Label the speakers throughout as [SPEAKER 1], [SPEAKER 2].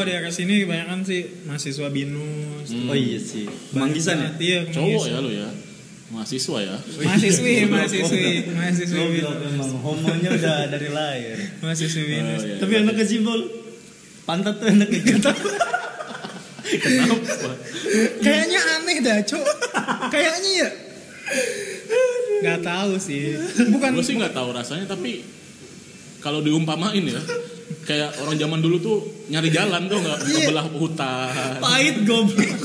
[SPEAKER 1] Iya.
[SPEAKER 2] sini kebanyakan sih mahasiswa binus.
[SPEAKER 1] Oh iya sih. Manggisan ya?
[SPEAKER 2] Iya,
[SPEAKER 3] Cowok
[SPEAKER 2] Manggis.
[SPEAKER 3] ya lu ya. Mahasiswa ya.
[SPEAKER 2] Mahasiswi, mahasiswi, mahasiswi
[SPEAKER 1] Lo bilang
[SPEAKER 2] binus.
[SPEAKER 1] memang homonya udah dari lahir. Nah.
[SPEAKER 2] Mahasiswi binus.
[SPEAKER 3] iya.
[SPEAKER 1] Tapi anak kesimpul. Pantat tuh enak kegiatan.
[SPEAKER 3] Kenapa?
[SPEAKER 4] Kayaknya aneh dah, Cuk. Kayaknya ya.
[SPEAKER 2] Gak tahu sih.
[SPEAKER 4] Bukan
[SPEAKER 3] Gue sih nggak tahu rasanya tapi kalau diumpamain ya kayak orang zaman dulu tuh nyari jalan tuh nggak
[SPEAKER 4] Iya.
[SPEAKER 3] kebelah hutan.
[SPEAKER 1] Pahit goblok.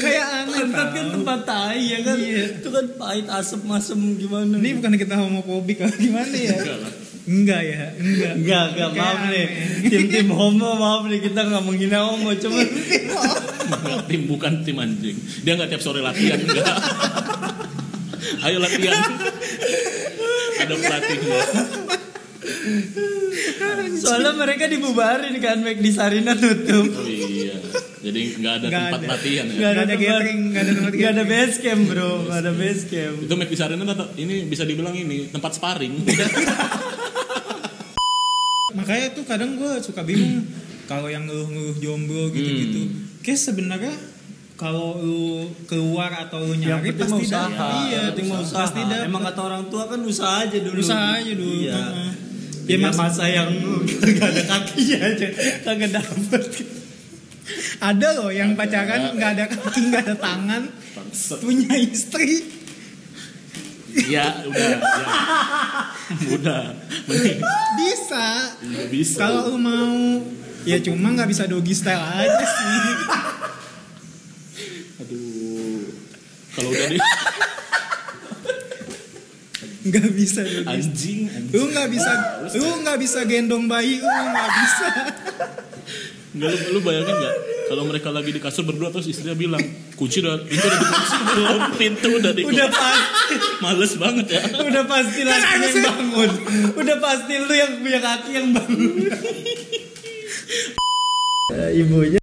[SPEAKER 4] kayak aneh.
[SPEAKER 1] Pantat kan tempat tai ya kan. Itu kan pahit asem masem gimana.
[SPEAKER 2] Ini bukan kita homofobik atau gimana ya?
[SPEAKER 3] Enggak lah.
[SPEAKER 2] Enggak ya, enggak.
[SPEAKER 1] Enggak, enggak,
[SPEAKER 2] Kayak
[SPEAKER 1] maaf nih.
[SPEAKER 2] aneh.
[SPEAKER 1] Tim-tim homo, maaf nih. Kita nggak menghina homo. Cuman
[SPEAKER 3] Enggak, tim bukan tim anjing. Dia nggak tiap sore latihan enggak. Ayo latihan. Ada pelatih gua.
[SPEAKER 1] soalnya mereka dibubarin kan. Mac di Sarina tutup.
[SPEAKER 3] Oh, iya. Jadi nggak ada
[SPEAKER 2] Nggak
[SPEAKER 3] tempat
[SPEAKER 2] ada.
[SPEAKER 3] latihan ya.
[SPEAKER 2] Nggak
[SPEAKER 1] Nggak ada
[SPEAKER 2] ada
[SPEAKER 1] tempat-
[SPEAKER 2] gathering, nggak ada tempat
[SPEAKER 1] Gak ada
[SPEAKER 2] gathering.
[SPEAKER 1] base camp bro. Gak ada base camp.
[SPEAKER 3] Itu Mac Disarena tata- ini bisa dibilang ini tempat sparring.
[SPEAKER 2] Makanya tuh kadang gue suka bingung kalau yang ngeluh-ngeluh jomblo gitu-gitu.
[SPEAKER 1] Hmm.
[SPEAKER 2] Kayak sebenarnya kalau lu keluar atau lu
[SPEAKER 1] Yang
[SPEAKER 2] nyari
[SPEAKER 1] penting
[SPEAKER 2] pasti
[SPEAKER 1] mau usaha.
[SPEAKER 2] dapat. Iya,
[SPEAKER 1] yang penting mau usaha.
[SPEAKER 2] Pasti dapat.
[SPEAKER 1] Emang kata orang tua kan usaha aja dulu.
[SPEAKER 2] usaha aja dulu.
[SPEAKER 1] Iya.
[SPEAKER 2] Heeh.
[SPEAKER 1] Ya
[SPEAKER 2] Ya, mas,
[SPEAKER 1] masa yang gak ada kakinya aja kagak dapet.
[SPEAKER 2] ada loh yang pacaran nggak ada kaki, nggak ada tangan,
[SPEAKER 3] Bangsat.
[SPEAKER 2] punya istri.
[SPEAKER 3] ya udah. Ya. Udah. Mending
[SPEAKER 2] Bisa.
[SPEAKER 1] Iya,
[SPEAKER 3] nggak bisa.
[SPEAKER 2] Kalau lu mau ya cuma nggak bisa doggy style aja sih.
[SPEAKER 3] Aduh. Kalau udah deh
[SPEAKER 2] Nggak bisa doggy style.
[SPEAKER 3] anjing.
[SPEAKER 2] Lu nggak bisa, lu nggak bisa gendong bayi, lu nggak bisa.
[SPEAKER 3] Nggak, lu, lu bayangin nggak? Kalau mereka lagi di kasur berdua terus istrinya bilang kunci udah itu udah dikunci belum pintu udah dikunci.
[SPEAKER 1] Udah pas,
[SPEAKER 3] Males banget ya.
[SPEAKER 1] udah pasti laki yang
[SPEAKER 2] harusnya-
[SPEAKER 1] bangun. Udah pasti lu yang punya kaki yang bangun. Eh, Ibunya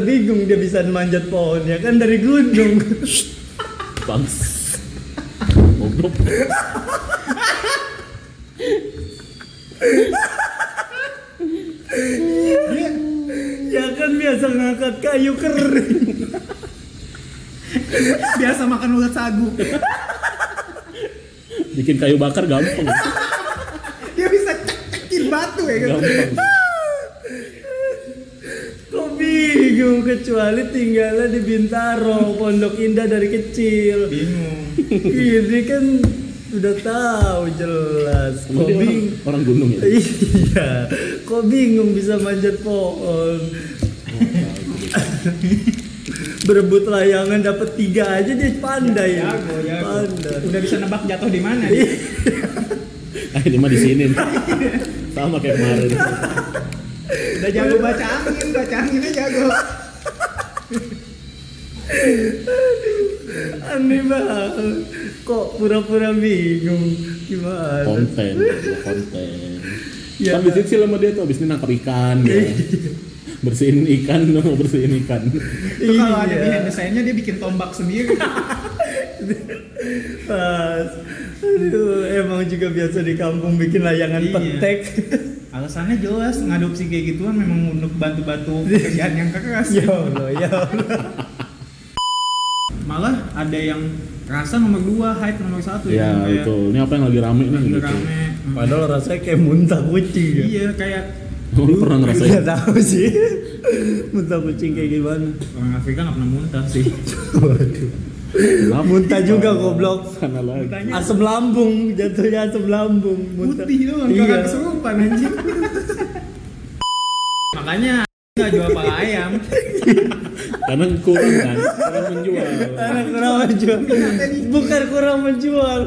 [SPEAKER 1] bingung dia bisa manjat pohon ya kan dari gunung.
[SPEAKER 3] Bangs. Goblok.
[SPEAKER 1] ya kan biasa ngangkat kayu kering.
[SPEAKER 2] Biasa makan ulat sagu.
[SPEAKER 3] Bikin kayu bakar gampang.
[SPEAKER 2] Dia bisa cekin batu ya kan.
[SPEAKER 3] Gampang.
[SPEAKER 1] Kok bingung kecuali tinggalnya di Bintaro, Pondok Indah dari kecil.
[SPEAKER 2] Bingung.
[SPEAKER 1] Ini kan udah tahu Oh, jelas. Kok
[SPEAKER 3] Emang dia orang,
[SPEAKER 1] bing-
[SPEAKER 3] orang gunung ya?
[SPEAKER 1] Iya, kok bingung bisa manjat pohon. Berebut layangan dapat tiga aja dia pandai ya.
[SPEAKER 2] Jago, jago.
[SPEAKER 1] Pandai.
[SPEAKER 2] Udah bisa nebak jatuh di mana.
[SPEAKER 1] Iya.
[SPEAKER 3] Ah, ini mah di sini. Sama kayak kemarin.
[SPEAKER 2] Udah jago baca angin, baca anginnya jago.
[SPEAKER 1] Aneh banget. Kok pura-pura bingung gimana?
[SPEAKER 3] Konten, buat konten.
[SPEAKER 1] Iya,
[SPEAKER 3] Kan dicicil sama dia tuh abis ini nangkap ikan ya. Bersihin ikan, lu mau bersihin ikan.
[SPEAKER 2] Itu kalau ada
[SPEAKER 1] Iya.
[SPEAKER 2] behind the scene-nya dia bikin tombak sendiri.
[SPEAKER 1] Pas. Aduh, emang juga biasa di kampung bikin layangan
[SPEAKER 2] Iya.
[SPEAKER 1] petek.
[SPEAKER 2] Alasannya jelas ngadopsi kayak gituan memang untuk bantu-bantu pekerjaan yang keras.
[SPEAKER 1] ya Allah, ya Allah.
[SPEAKER 2] Malah ada yang rasa nomor dua, height nomor satu
[SPEAKER 3] Ya
[SPEAKER 2] Yang kayak
[SPEAKER 3] betul. Ini apa yang lagi rame nih?
[SPEAKER 2] Iya. lagi
[SPEAKER 3] Gitu.
[SPEAKER 2] Rame.
[SPEAKER 1] Padahal rasanya kayak muntah kucing ya.
[SPEAKER 2] Iya kayak
[SPEAKER 3] Lu pernah gitu?
[SPEAKER 1] Gak
[SPEAKER 3] ngerasain?
[SPEAKER 1] tahu sih. muntah kucing kayak gimana?
[SPEAKER 2] orang Afrika nggak pernah muntah sih.
[SPEAKER 1] Waduh.
[SPEAKER 3] Kenapa?
[SPEAKER 1] Muntah juga goblok.
[SPEAKER 3] Sana lagi.
[SPEAKER 2] Muntahnya
[SPEAKER 1] Asam lambung, jatuhnya asam lambung. Muntah.
[SPEAKER 2] putih doang,
[SPEAKER 1] Iya.
[SPEAKER 2] kagak kesurupan anjing. Makanya nggak jual kepala ayam.
[SPEAKER 3] Karena kurang kan, kurang menjual.
[SPEAKER 1] Karena kurang menjual. Bukan kurang menjual,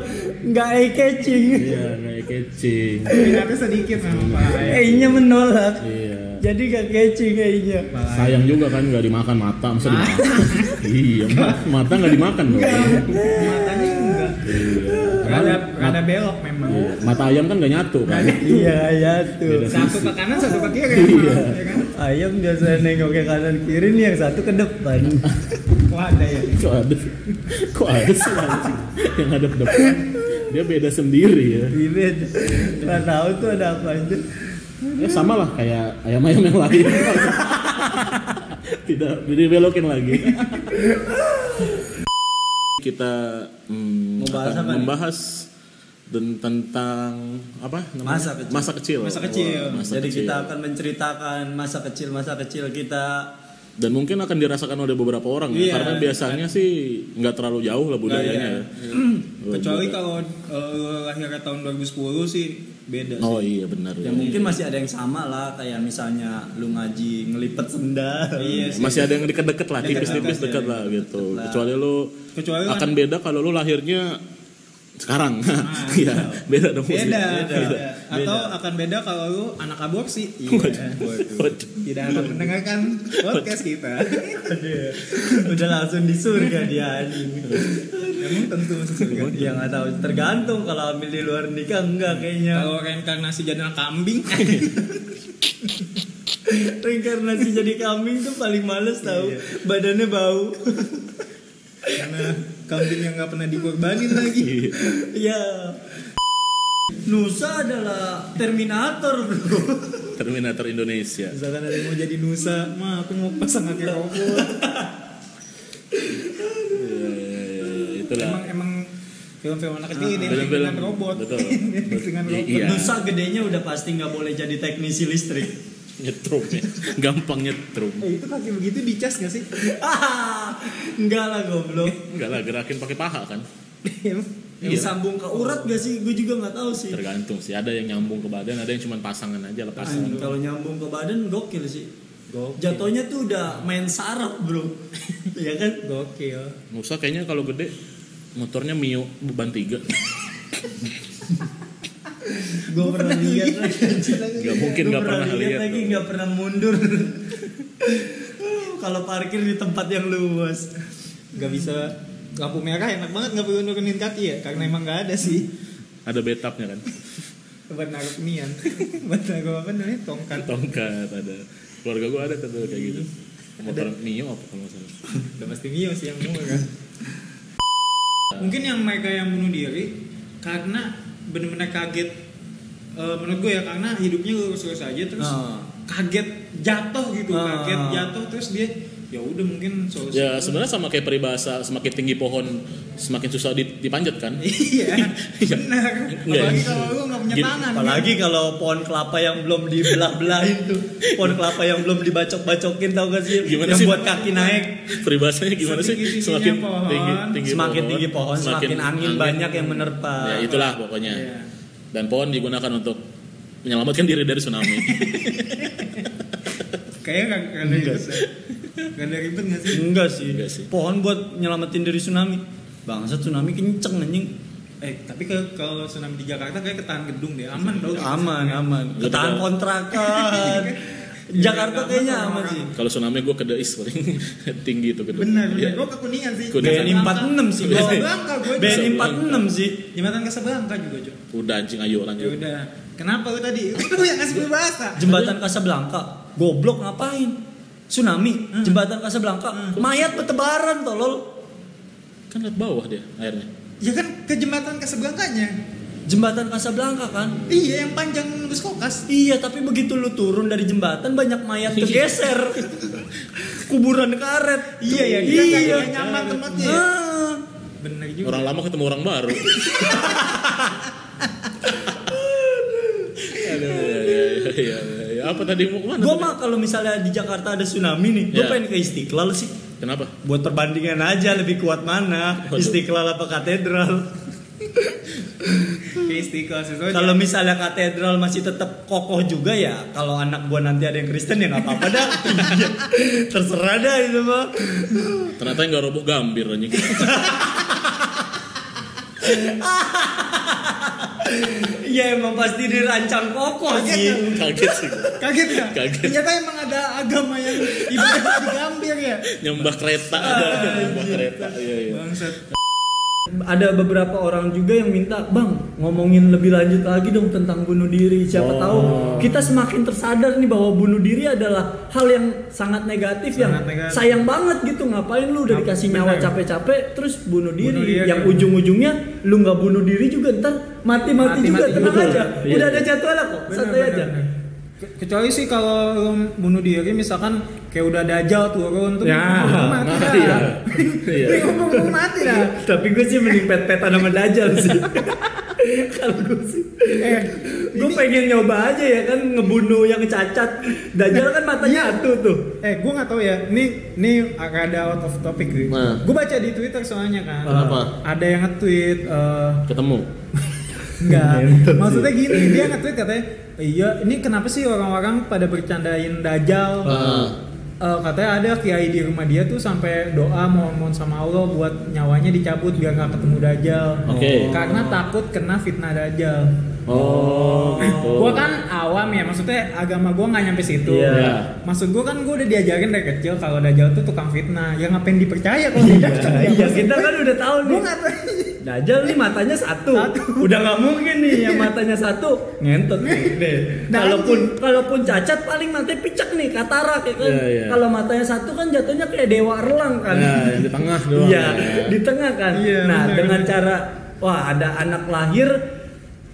[SPEAKER 1] nggak eye catching.
[SPEAKER 3] Iya, kayak catching.
[SPEAKER 2] Minatnya sedikit memang kepala ayam.
[SPEAKER 1] Eye-nya menolak.
[SPEAKER 3] Iya.
[SPEAKER 1] Jadi gak catching eye-nya.
[SPEAKER 2] Kepala ayam.
[SPEAKER 3] Sayang juga kan nggak dimakan mata, masa
[SPEAKER 1] Ah.
[SPEAKER 3] dimakan? iya, ma- mata nggak dimakan dong.
[SPEAKER 1] Iya.
[SPEAKER 2] Matanya enggak.
[SPEAKER 3] Iya.
[SPEAKER 2] Rada, rada belok memang.
[SPEAKER 3] Iya. Mata ayam kan nggak nyatu kan?
[SPEAKER 1] Iya, ya tuh.
[SPEAKER 2] Satu ke kanan, satu ke kiri.
[SPEAKER 3] Iya.
[SPEAKER 2] emang, ya kan?
[SPEAKER 1] Ayam biasanya nengok ke kanan kiri nih yang satu ke depan.
[SPEAKER 2] Wah ada ya.
[SPEAKER 3] Kok ada, kok ada sih anjing yang ada depan? Dia beda sendiri ya.
[SPEAKER 1] Bibit. Gak tahu tuh ada apa aja.
[SPEAKER 3] Ya sama lah kayak ayam-ayam yang lain.
[SPEAKER 1] Tidak, dibelokin lagi.
[SPEAKER 3] kita mm,
[SPEAKER 1] Membahas
[SPEAKER 3] akan
[SPEAKER 1] apa nih?
[SPEAKER 3] membahas dan tentang apa namanya?
[SPEAKER 1] Masa kecil.
[SPEAKER 3] masa kecil
[SPEAKER 2] Masa kecil.
[SPEAKER 3] Wah, masa
[SPEAKER 1] Jadi
[SPEAKER 3] kecil.
[SPEAKER 1] kita akan menceritakan masa kecil masa kecil kita
[SPEAKER 3] dan mungkin akan dirasakan oleh beberapa orang
[SPEAKER 2] Iya.
[SPEAKER 3] ya karena biasanya sih nggak terlalu jauh lah
[SPEAKER 2] Nggak,
[SPEAKER 3] budayanya
[SPEAKER 2] iya.
[SPEAKER 3] ya.
[SPEAKER 2] Kecuali kalau eh, lahirnya tahun 2010 sih beda.
[SPEAKER 3] oh iya benar
[SPEAKER 1] ya
[SPEAKER 3] ya.
[SPEAKER 1] mungkin masih ada yang sama lah kayak misalnya lu ngaji ngelipet sendal.
[SPEAKER 2] Iya sih.
[SPEAKER 3] masih ada yang deket-deket lah
[SPEAKER 2] Deket-deket,
[SPEAKER 3] tipis-tipis
[SPEAKER 2] iya,
[SPEAKER 3] deket lah gitu kecuali lu
[SPEAKER 2] Kecuali
[SPEAKER 3] akan
[SPEAKER 2] kan-
[SPEAKER 3] beda kalau lu lahirnya sekarang Iya, beda dong
[SPEAKER 2] beda,
[SPEAKER 3] maksudnya.
[SPEAKER 2] beda. Atau akan beda kalau lu anak aborsi. Iya.
[SPEAKER 3] Waduh.
[SPEAKER 2] Tidak akan mendengarkan podcast kita.
[SPEAKER 1] Udah langsung di surga dia anjing.
[SPEAKER 2] Emang tentu masuk
[SPEAKER 3] Iya.
[SPEAKER 2] surga.
[SPEAKER 1] ya nggak tahu tergantung kalau ambil di luar nikah enggak kayaknya.
[SPEAKER 2] Kalau reinkarnasi jadinya kambing,
[SPEAKER 1] Reinkarnasi jadi kambing tuh paling males
[SPEAKER 2] Iya.
[SPEAKER 1] tahu. Badannya bau.
[SPEAKER 2] karena kambing yang nggak pernah dikorbanin lagi.
[SPEAKER 1] ya. Nusa adalah Terminator bro.
[SPEAKER 3] Terminator Indonesia
[SPEAKER 2] Misalkan ada yang mau jadi Nusa, mah aku mau pasang kaki robot.
[SPEAKER 3] Iya, iya, iya, iya. itulah
[SPEAKER 2] Emang emang film-film anak kecil ini
[SPEAKER 3] Film-film.
[SPEAKER 2] dengan robot,
[SPEAKER 3] Betul.
[SPEAKER 2] dengan
[SPEAKER 3] Iya,
[SPEAKER 2] robot.
[SPEAKER 3] iya.
[SPEAKER 1] Nusa gedenya udah pasti nggak boleh jadi teknisi listrik.
[SPEAKER 3] nyetrum ya gampang nyetrum
[SPEAKER 2] Eh, itu kaki begitu dicas gak sih?
[SPEAKER 1] Ah, enggak lah goblok.
[SPEAKER 3] enggak lah gerakin pakai paha kan Iya.
[SPEAKER 1] Disambung ke urat gak sih? Gue juga nggak tahu sih.
[SPEAKER 3] tergantung sih ada yang nyambung ke badan ada yang cuma pasangan aja lepas
[SPEAKER 1] Anjing, kalau nyambung ke badan gokil sih.
[SPEAKER 2] Gokil.
[SPEAKER 1] Jatuhnya tuh udah main saraf bro. Iya kan?
[SPEAKER 2] Gokil.
[SPEAKER 3] Nusa kayaknya kalau gede motornya Mio beban tiga
[SPEAKER 1] Gue pernah lihat lagi.
[SPEAKER 3] nggak mungkin
[SPEAKER 1] Gua
[SPEAKER 3] nggak pernah lihat
[SPEAKER 1] lagi
[SPEAKER 3] dong.
[SPEAKER 1] nggak pernah mundur. kalau parkir di tempat yang luas.
[SPEAKER 2] Gak bisa lampu merah enak banget nggak perlu nurunin kaki ya karena emang nggak ada sih
[SPEAKER 3] ada betapnya kan
[SPEAKER 2] buat naruh mian buat naruh apa namanya tongkat
[SPEAKER 3] Kan tongkat ada keluarga gua ada tuh kayak gitu motor Mio apa kalau nggak salah
[SPEAKER 2] udah pasti mio sih yang murah mungkin yang mereka yang bunuh diri karena benar-benar kaget Eh, menurut gue ya karena hidupnya lurus-lurus aja terus
[SPEAKER 1] Ah.
[SPEAKER 2] kaget jatuh gitu
[SPEAKER 1] Ah.
[SPEAKER 2] kaget jatuh terus dia ya udah mungkin solusi
[SPEAKER 3] ya sebenarnya sama kayak peribahasa semakin tinggi pohon semakin susah di- dipanjat kan
[SPEAKER 2] iya
[SPEAKER 3] Iya.
[SPEAKER 2] benar
[SPEAKER 3] Iya.
[SPEAKER 2] apalagi kalau lu nggak punya
[SPEAKER 3] Gini,
[SPEAKER 2] tangan kan?
[SPEAKER 1] Apalagi kalau pohon kelapa yang belum dibelah-belahin tuh. Pohon kelapa yang belum dibacok-bacokin tau gak sih?
[SPEAKER 3] Gimana
[SPEAKER 1] yang
[SPEAKER 3] sih?
[SPEAKER 1] buat kaki naik.
[SPEAKER 3] peribahasanya gimana sih
[SPEAKER 2] Setinggi-tingginya
[SPEAKER 3] semakin
[SPEAKER 2] pohon,
[SPEAKER 3] tinggi tinggi
[SPEAKER 1] semakin tinggi pohon, semakin, angin, banyak yang menerpa.
[SPEAKER 3] ya itulah pokoknya
[SPEAKER 2] Iya.
[SPEAKER 3] dan pohon digunakan untuk menyelamatkan diri dari tsunami
[SPEAKER 2] kayaknya nggak nggak ada ribet dah. nggak ada ribet nggak sih
[SPEAKER 1] Enggak sih.
[SPEAKER 3] Enggak sih.
[SPEAKER 1] Pohon buat nyelamatin dari tsunami. Bangsa tsunami kenceng anjing.
[SPEAKER 2] eh tapi ke kalau tsunami di Jakarta kayak ketahan gedung deh aman
[SPEAKER 3] Iya.
[SPEAKER 2] dong
[SPEAKER 1] Aman, aman.
[SPEAKER 3] Enggak
[SPEAKER 1] Ketahan
[SPEAKER 3] tahu.
[SPEAKER 1] kontrakan.
[SPEAKER 3] Iya.
[SPEAKER 1] Jakarta kayaknya aman sih.
[SPEAKER 3] kalau tsunami gue ke Deis paling tinggi itu gedung
[SPEAKER 2] benar benar
[SPEAKER 3] Iya.
[SPEAKER 2] gue ke kuningan sih
[SPEAKER 3] Kuningan.
[SPEAKER 1] BNI 46 sih. Iya.
[SPEAKER 2] Bisa
[SPEAKER 1] gua.
[SPEAKER 2] berangkat, gua.
[SPEAKER 1] BNI 46 sih.
[SPEAKER 2] jembatan Kasablanka juga cok
[SPEAKER 3] udah anjing ayo
[SPEAKER 2] ya
[SPEAKER 3] lanjut
[SPEAKER 2] udah kenapa lu tadi lu yang kasih berbahasa
[SPEAKER 1] Jembatan Casablanca. Goblok ngapain? Tsunami,
[SPEAKER 3] Hmm.
[SPEAKER 1] jembatan Casablanca. Mayat bertebaran tolol.
[SPEAKER 3] kan lihat bawah dia airnya
[SPEAKER 2] ya kan ke jembatan Kasablankanya
[SPEAKER 1] Jembatan Casablanca kan.
[SPEAKER 2] iya yang panjang nembus kokas
[SPEAKER 1] Iya, tapi begitu lu turun dari jembatan banyak mayat kegeser. Kuburan karet.
[SPEAKER 2] iya ya kita
[SPEAKER 1] iya.
[SPEAKER 2] nggak- nggak nyaman tempatnya ya.
[SPEAKER 1] Ah.
[SPEAKER 2] benar juga
[SPEAKER 3] Iya. orang lama ketemu orang baru Aduh, ya, ya, ya, ya, ya. apa tadi mau kemana
[SPEAKER 1] Gue
[SPEAKER 3] tadi?
[SPEAKER 1] mah kalau misalnya di Jakarta ada tsunami nih, gue
[SPEAKER 3] Ya.
[SPEAKER 2] Iya.
[SPEAKER 1] pengen ke Istiqlal sih.
[SPEAKER 3] kenapa
[SPEAKER 1] Buat perbandingan aja lebih kuat mana,
[SPEAKER 3] Waduh.
[SPEAKER 1] Istiqlal apa katedral.
[SPEAKER 2] ke istiqlal sih soalnya.
[SPEAKER 1] Kalau misalnya katedral masih tetap kokoh juga ya, kalau anak gua nanti ada yang Kristen ya nggak apa-apa dah. Iya. Terserah dah itu mah.
[SPEAKER 3] ternyata nggak roboh gambir anjing
[SPEAKER 1] Ya emang pasti dirancang kokoh
[SPEAKER 2] ya.
[SPEAKER 1] sih.
[SPEAKER 3] Iya, kaget sih gua.
[SPEAKER 2] kaget ya
[SPEAKER 3] Kaget.
[SPEAKER 2] ternyata emang ada agama yang ibadah di Gambir ya
[SPEAKER 3] nyembah kereta ada nyembah kereta Ah, iya iya
[SPEAKER 2] bangsat
[SPEAKER 1] Ada beberapa orang juga yang minta, "Bang, ngomongin lebih lanjut lagi dong tentang bunuh diri.
[SPEAKER 2] Oh.
[SPEAKER 1] Siapa tahu kita semakin tersadar nih bahwa bunuh diri adalah hal yang sangat negatif yang
[SPEAKER 2] Sangat negatif.
[SPEAKER 1] sayang banget gitu. Ngapain lu udah
[SPEAKER 2] Ngap-
[SPEAKER 1] dikasih nyawa
[SPEAKER 2] bener.
[SPEAKER 1] capek-capek terus bunuh diri.
[SPEAKER 2] Bunuh diri,
[SPEAKER 1] yang
[SPEAKER 2] kan?
[SPEAKER 1] ujung-ujungnya lu nggak bunuh diri juga ntar mati-mati
[SPEAKER 2] Mati-mati
[SPEAKER 1] juga tenang
[SPEAKER 2] juga.
[SPEAKER 1] aja.
[SPEAKER 2] Iya.
[SPEAKER 1] Udah ada jadwal kok,
[SPEAKER 2] Bener,
[SPEAKER 1] santai
[SPEAKER 2] bener,
[SPEAKER 1] aja.
[SPEAKER 2] bener. Ke- kecuali sih kalau lu bunuh diri misalkan kayak udah dajal turun tuh
[SPEAKER 1] Ya,
[SPEAKER 2] lu
[SPEAKER 3] Nah,
[SPEAKER 2] mati dah
[SPEAKER 1] iya. Iya.
[SPEAKER 2] Lu ngomong lu mati dah
[SPEAKER 1] Tapi gue sih mending pet-petan sama Dajjal sih. Kalau gue sih.
[SPEAKER 2] Eh,
[SPEAKER 1] gue pengen nyoba aja ya kan ngebunuh yang cacat. Dajjal kan matanya satu tuh.
[SPEAKER 2] eh gue nggak tahu ya ini ini ada out of topic nih
[SPEAKER 3] Nah.
[SPEAKER 2] gue baca di twitter soalnya kan
[SPEAKER 3] Kenapa?
[SPEAKER 2] ada yang nge-tweet eh,
[SPEAKER 3] ketemu
[SPEAKER 2] Enggak.
[SPEAKER 1] Ngentot sih.
[SPEAKER 2] Maksudnya gini, dia nge-tweet katanya, "Iya, ini kenapa sih orang-orang pada bercandain Dajjal?"
[SPEAKER 3] Heeh.
[SPEAKER 2] Eh, katanya ada kiai di rumah dia tuh sampai doa mohon-mohon sama Allah buat nyawanya dicabut biar nggak ketemu Dajjal.
[SPEAKER 3] Oke.
[SPEAKER 2] Karena takut kena fitnah Dajjal.
[SPEAKER 3] oh gitu.
[SPEAKER 2] Gua kan awam ya, maksudnya agama gua nggak nyampe situ.
[SPEAKER 1] Iya.
[SPEAKER 3] Iya.
[SPEAKER 2] Maksud gua kan gua udah diajarin dari kecil kalau Dajjal tuh tukang fitnah. Ya ngapain dipercaya kalau dia datang?
[SPEAKER 1] Nah, iya kita kan udah tahu
[SPEAKER 2] Gua
[SPEAKER 1] nih.
[SPEAKER 2] nggak tahu.
[SPEAKER 1] Dajjal nih matanya satu.
[SPEAKER 2] Satu.
[SPEAKER 1] Udah nggak mungkin nih yang matanya satu ngentot nih. deh.
[SPEAKER 2] Nah,
[SPEAKER 1] Kalaupun kalaupun cacat paling nanti picek nih katarak ya kan.
[SPEAKER 3] Iya, iya.
[SPEAKER 1] Kalau matanya satu kan jatuhnya kayak dewa erlang kan.
[SPEAKER 3] Nah, yang di tengah doang
[SPEAKER 1] Iya,
[SPEAKER 3] ya.
[SPEAKER 1] di tengah kan.
[SPEAKER 2] Iya,
[SPEAKER 1] nah,
[SPEAKER 2] benar,
[SPEAKER 1] dengan
[SPEAKER 2] benar.
[SPEAKER 1] cara wah ada anak lahir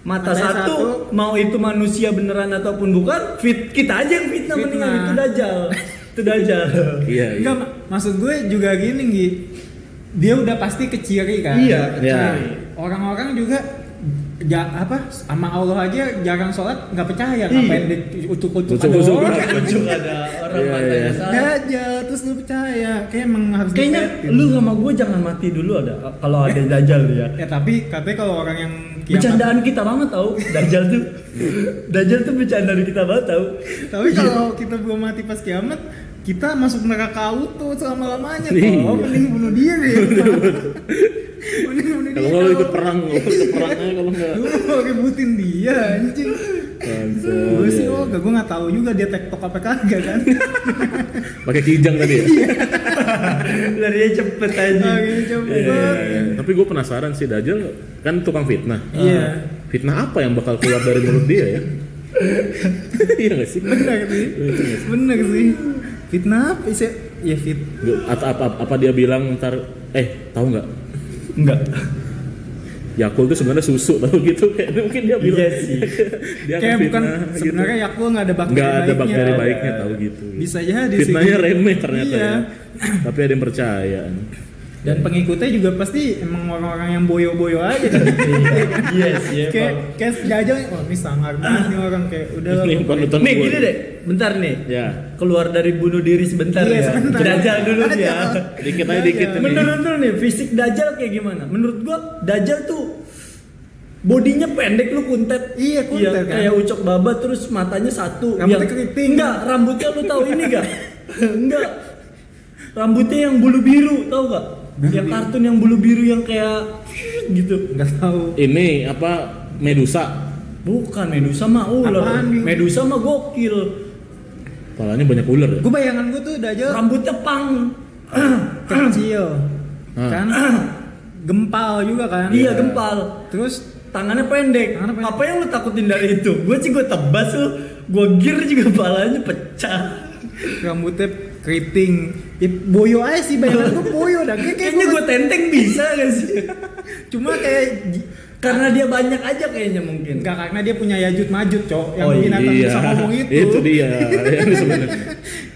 [SPEAKER 1] mata
[SPEAKER 2] Matanya
[SPEAKER 1] satu,
[SPEAKER 2] satu.
[SPEAKER 1] mau itu manusia beneran ataupun bukan, fit kita aja yang fitnah
[SPEAKER 2] Fitnah.
[SPEAKER 1] mendingan itu dajal. itu dajal.
[SPEAKER 3] iya iya
[SPEAKER 2] Enggak, ma- maksud gue juga gini Gi. Dia udah pasti keciri kan.
[SPEAKER 1] Iya,
[SPEAKER 3] Iya.
[SPEAKER 2] Nah, Orang-orang juga ja- apa sama Allah aja jarang sholat nggak percaya
[SPEAKER 1] Iya.
[SPEAKER 2] ngapain diutuk-utuk ada
[SPEAKER 3] Ucuk-ucuk.
[SPEAKER 2] orang
[SPEAKER 1] Ujung ada orang
[SPEAKER 3] Iya,
[SPEAKER 1] matanya
[SPEAKER 3] iya.
[SPEAKER 1] satu.
[SPEAKER 2] Dajjal terus lu percaya kayak emang harus
[SPEAKER 1] Kayaknya
[SPEAKER 2] dipetin.
[SPEAKER 1] lu sama gue jangan mati dulu ada kalau ada dajal ya.
[SPEAKER 2] ya tapi katanya kalau orang yang kiamat
[SPEAKER 1] Bercandaan kita banget tau Dajjal tuh Dajjal tuh bercandaan kita banget tau
[SPEAKER 2] tapi kalau kita belum mati pas kiamat kita masuk neraka auto selama lamanya
[SPEAKER 3] Iya.
[SPEAKER 2] kalau mending bunuh diri mending bunuh diri
[SPEAKER 3] kalau nggak lu ikut perang lu ikut perang aja kalau nggak
[SPEAKER 2] lu mau ributin dia anjing
[SPEAKER 3] Bangsat,
[SPEAKER 2] Gue
[SPEAKER 3] iya,
[SPEAKER 2] sih
[SPEAKER 3] iya.
[SPEAKER 2] oh, gue nggak tahu juga dia tektok apa kagak kan.
[SPEAKER 3] pakai kijang tadi ya
[SPEAKER 1] Larinya cepet
[SPEAKER 2] Oke,
[SPEAKER 1] aja
[SPEAKER 2] Nah, coba.
[SPEAKER 3] Iya, iya, iya. tapi gue penasaran sih Dajjal kan tukang fitnah
[SPEAKER 2] Iya.
[SPEAKER 3] fitnah apa yang bakal keluar dari mulut dia ya iya nggak sih
[SPEAKER 2] Bener sih. Bener sih. Fitnah apa sih? Ya fit.
[SPEAKER 3] Gua- apa, apa, apa dia bilang ntar eh tahu nggak
[SPEAKER 1] Enggak
[SPEAKER 3] Yakult itu sebenarnya susu tahu gitu kayak mungkin dia bilang
[SPEAKER 1] Iya sih.
[SPEAKER 3] dia akan
[SPEAKER 2] Kayak bukan
[SPEAKER 3] fitnah, gitu.
[SPEAKER 2] sebenarnya Yakul nggak ada bakteri
[SPEAKER 3] nggak ada bakteri
[SPEAKER 2] baiknya.
[SPEAKER 3] baiknya tahu gitu
[SPEAKER 2] Bisa jadi sih.
[SPEAKER 3] fitnahnya remeh ternyata
[SPEAKER 2] Iya.
[SPEAKER 3] ya tapi ada yang percaya
[SPEAKER 2] Dan pengikutnya juga pasti emang orang-orang yang boyo-boyo aja.
[SPEAKER 1] Yes
[SPEAKER 3] Iya,
[SPEAKER 1] yes
[SPEAKER 2] kayak kayak jajal, oh ini sangar banget nih orang kayak udah. lah,
[SPEAKER 3] ini yang
[SPEAKER 2] pokoknya.
[SPEAKER 3] panutan
[SPEAKER 1] Nih
[SPEAKER 3] gua
[SPEAKER 1] gini deh Bentar nih
[SPEAKER 3] ya
[SPEAKER 1] Keluar dari bunuh diri sebentar
[SPEAKER 2] Iya,
[SPEAKER 1] ya
[SPEAKER 2] sebentar.
[SPEAKER 1] Dajjal dulu
[SPEAKER 2] Ada.
[SPEAKER 1] ya
[SPEAKER 3] dikit aja dikit
[SPEAKER 2] Iya.
[SPEAKER 3] ini
[SPEAKER 1] Menurut lu nih fisik Dajjal kayak gimana? Menurut gua Dajjal tuh Bodinya pendek lu kuntet
[SPEAKER 2] Iya, kuntet, kan?
[SPEAKER 1] Kayak ucok baba terus matanya satu
[SPEAKER 2] Rambutnya keriting.
[SPEAKER 1] Enggak, rambutnya lu tahu ini gak? enggak Rambutnya yang bulu biru, tahu gak? yang kartun yang bulu biru yang kayak gitu
[SPEAKER 2] nggak tahu.
[SPEAKER 3] ini apa medusa
[SPEAKER 1] Bukan Medusa mah ular
[SPEAKER 2] Apaan, Bi?
[SPEAKER 1] Medusa mah gokil
[SPEAKER 3] palanya banyak ular ya
[SPEAKER 2] Gue bayangan gue tuh Dajjal
[SPEAKER 1] Rambutnya pang
[SPEAKER 2] kecil,
[SPEAKER 3] Ah.
[SPEAKER 2] kan? Gempal juga kan?
[SPEAKER 1] Iya gempal
[SPEAKER 2] Terus
[SPEAKER 1] tangannya pendek.
[SPEAKER 2] Tangannya pendek.
[SPEAKER 1] Apa yang lu takutin dari itu? Gue sih gue tebas lu, gue gir juga palanya pecah.
[SPEAKER 2] rambutnya keriting ya, boyo aja sih bayangan gue boyo dah kayak, kayak
[SPEAKER 1] Kayaknya gue tenteng bisa gak sih?
[SPEAKER 2] cuma kayak j-
[SPEAKER 1] Karena dia banyak aja kayaknya mungkin.
[SPEAKER 2] enggak karena dia punya yajut majut cok yang
[SPEAKER 1] Oh,
[SPEAKER 2] binatang bisa ngomong itu
[SPEAKER 3] iya. itu dia Iya, yang sebenarnya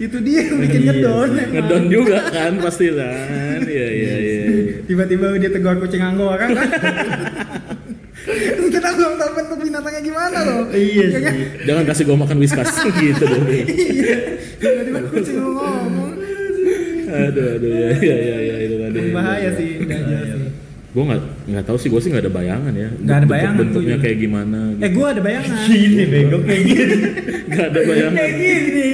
[SPEAKER 2] itu dia yang bikin
[SPEAKER 1] Iya,
[SPEAKER 2] ngedon emang.
[SPEAKER 3] ngedon juga kan pasti kan iya iya iya iya.
[SPEAKER 2] tiba-tiba dia tegur kucing anggo kan kita belum tahu bentuk binatangnya gimana loh
[SPEAKER 1] Iya
[SPEAKER 2] Ya kan?
[SPEAKER 1] sih.
[SPEAKER 3] jangan kasih gua makan whiskas gitu dong
[SPEAKER 2] iya tiba-tiba kucing lu ngomong
[SPEAKER 1] Iya,
[SPEAKER 3] aduh aduh ya ya ya, ya itu tadi
[SPEAKER 1] iya.
[SPEAKER 2] bahaya sih Dajjal sih
[SPEAKER 3] gue nggak nggak tahu sih gue sih nggak ada bayangan ya
[SPEAKER 2] Nggak ada bayangan tuh
[SPEAKER 3] bentuknya
[SPEAKER 2] juga.
[SPEAKER 3] kayak gimana gitu.
[SPEAKER 2] eh gue ada bayangan
[SPEAKER 1] Gini bego kayak gini.
[SPEAKER 3] nggak ada bayangan
[SPEAKER 1] kayak gini.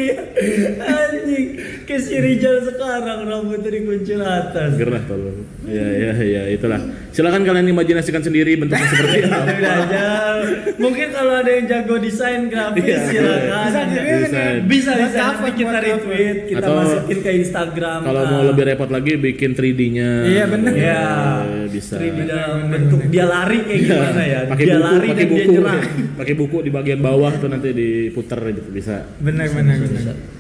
[SPEAKER 1] Anjing, kayak si Rijal sekarang rambutnya dikunci atas.
[SPEAKER 3] gerah tolong ya ya ya itulah silakan kalian imajinasikan sendiri bentuknya seperti apa
[SPEAKER 1] Belajar. Mungkin kalau ada yang jago desain grafis
[SPEAKER 3] Iya,
[SPEAKER 1] silakan.
[SPEAKER 2] bisa
[SPEAKER 1] Bisa,
[SPEAKER 2] dirilis
[SPEAKER 3] Bisa.
[SPEAKER 1] bisa,
[SPEAKER 2] Buat cover,
[SPEAKER 1] nanti kita
[SPEAKER 2] buat cover.
[SPEAKER 1] retweet, kita
[SPEAKER 3] Atau-
[SPEAKER 1] masukin ke Instagram.
[SPEAKER 3] kalau mau
[SPEAKER 1] Ah.
[SPEAKER 3] lebih repot lagi bikin 3D-nya
[SPEAKER 2] Iya, bener. Iya.
[SPEAKER 1] Ya,
[SPEAKER 3] bisa Iya.
[SPEAKER 1] Tri di dalam bentuk dia lari kayak gimana ya?
[SPEAKER 3] pakai
[SPEAKER 1] dia
[SPEAKER 3] buku
[SPEAKER 1] lari
[SPEAKER 3] pakai
[SPEAKER 1] dan dia
[SPEAKER 3] buku
[SPEAKER 1] nyerang.
[SPEAKER 3] pakai buku di bagian bawah tuh nanti diputer gitu bisa
[SPEAKER 2] benar benar benar